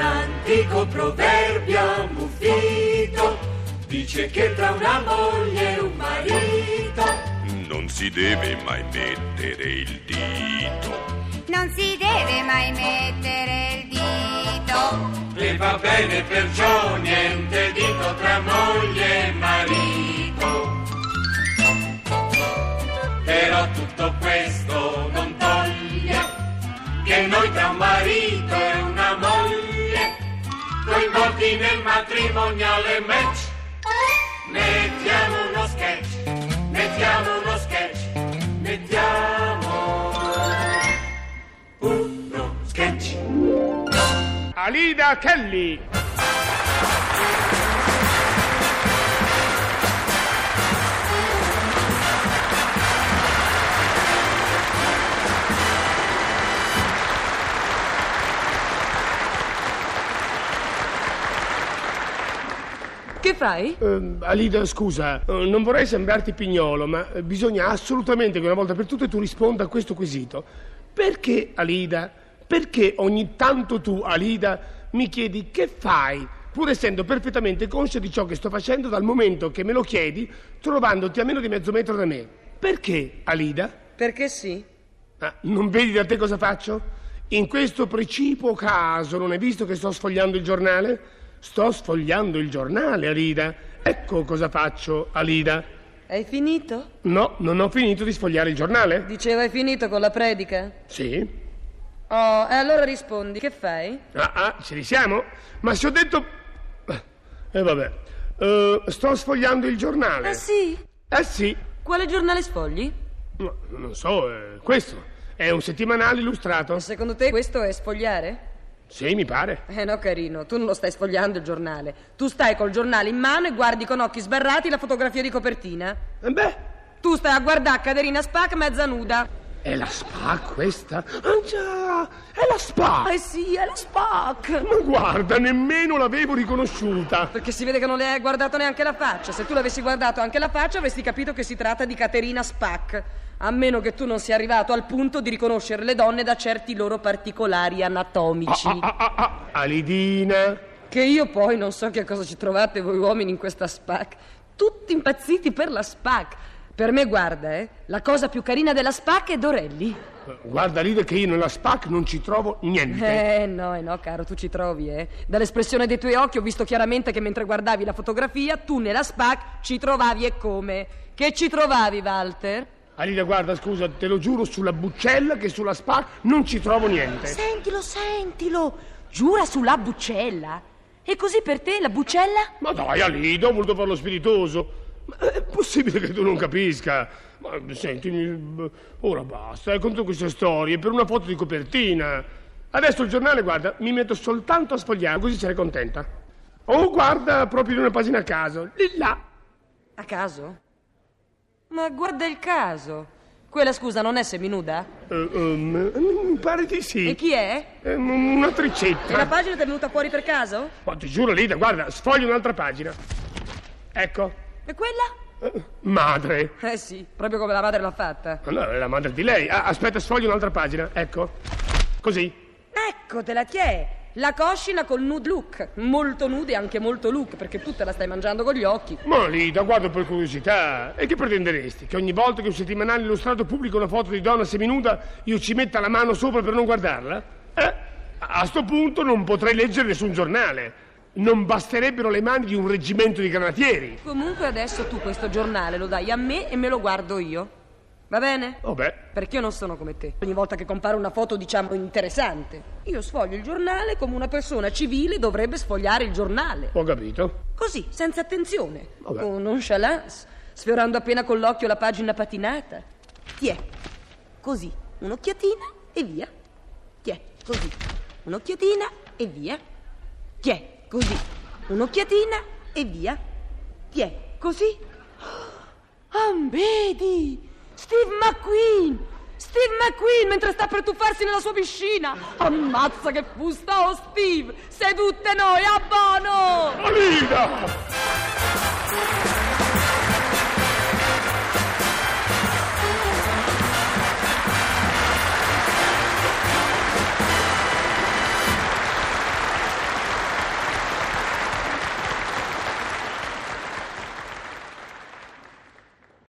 antico proverbio muffito dice che tra una moglie e un marito Non si deve mai mettere il dito. Non si deve mai mettere il dito. e va bene perciò niente dito tra moglie e marito. Però tutto questo non toglie che noi tra un marito e una moglie coinvolti nel matrimoniale match mettiamo uno sketch, mettiamo uno sketch, mettiamo uno sketch. Alida Kelly. Che fai? Ehm, Alida, scusa, eh, non vorrei sembrarti pignolo, ma eh, bisogna assolutamente che una volta per tutte tu risponda a questo quesito. Perché, Alida, perché ogni tanto tu, Alida, mi chiedi che fai, pur essendo perfettamente conscia di ciò che sto facendo dal momento che me lo chiedi, trovandoti a meno di mezzo metro da me? Perché, Alida? Perché sì. Ah, non vedi da te cosa faccio? In questo precipuo caso non hai visto che sto sfogliando il giornale? Sto sfogliando il giornale, Alida. Ecco cosa faccio, Alida. Hai finito? No, non ho finito di sfogliare il giornale. Dicevo hai finito con la predica? Sì? Oh, e allora rispondi, che fai? Ah, ah, ci risiamo? Ma se ho detto... E vabbè. Eh, sto sfogliando il giornale. Ah sì? Eh sì. Quale giornale sfogli? No, non so, eh, questo. È un settimanale illustrato. Secondo te questo è sfogliare? Sì, mi pare. Eh no, carino, tu non lo stai sfogliando il giornale. Tu stai col giornale in mano e guardi con occhi sbarrati la fotografia di copertina. Eh Beh, Tu stai a guardare Caterina Spac mezza nuda. È la spa questa? Ah già, è la spa! Eh sì, è la Spac! Ma guarda, nemmeno l'avevo riconosciuta! Perché si vede che non le hai guardato neanche la faccia. Se tu l'avessi guardato anche la faccia, avresti capito che si tratta di Caterina Spack. A meno che tu non sia arrivato al punto di riconoscere le donne da certi loro particolari anatomici. Ah, ah, ah, ah, Alidina! Che io poi non so che cosa ci trovate voi uomini in questa Spac. Tutti impazziti per la Spac. Per me, guarda, eh, la cosa più carina della Spac è Dorelli. Guarda, Alida, che io nella SPAC non ci trovo niente. Eh no, eh no, caro, tu ci trovi, eh. Dall'espressione dei tuoi occhi ho visto chiaramente che mentre guardavi la fotografia, tu nella SPAC ci trovavi e come. Che ci trovavi, Walter? Alida, guarda, scusa, te lo giuro sulla buccella che sulla SPAC non ci trovo niente. Sentilo, sentilo! Giura sulla buccella! E così per te la buccella? Ma dai, Alida, ho voluto farlo spiritoso. Ma è possibile che tu non capisca? Ma sentimi, ora basta, eh, con tutte queste storie, per una foto di copertina. Adesso il giornale, guarda, mi metto soltanto a sfogliare, così sarei contenta. Oh, guarda, proprio in una pagina a caso, lì là. A caso? Ma guarda il caso. Quella scusa non è seminuda? Eh, ehm, mi pare di E sì. chi è? Eh, una E la tricetta. pagina ti è venuta fuori per caso? Ma ti giuro, Lida, guarda, sfoglio un'altra pagina. Ecco, E quella? eh, madre. Eh sì, proprio come la madre l'ha fatta. Allora è la madre di lei. Ah, aspetta, sfoglio un'altra pagina. Ecco, così. Eccotela chi è? La coscina col nude look, molto nude e anche molto look, perché tu te la stai mangiando con gli occhi. Ma Lida, guardo per curiosità. E che pretenderesti? Che ogni volta che un settimanale illustrato pubblica una foto di donna seminuda io ci metta la mano sopra per non guardarla? Eh? A sto punto non potrei leggere nessun giornale. Non basterebbero le mani di un reggimento di granatieri. Comunque adesso tu questo giornale lo dai a me e me lo guardo io. Va bene? Vabbè, Perché io non sono come te. Ogni volta che compare una foto, diciamo, interessante, io sfoglio il giornale come una persona civile dovrebbe sfogliare il giornale. ho capito. Così, senza attenzione, Vabbè. con nonchalance, sfiorando appena con l'occhio la pagina patinata. Tiè, così, un'occhiatina e via. Tiè, così, un'occhiatina e via. Tiè, così, un'occhiatina e via. Tiè, così. Ambedi! Steve McQueen! Steve McQueen mentre sta per tuffarsi nella sua piscina! Ammazza che fusta, oh Steve! Sei tutte noi, a bono! Alida!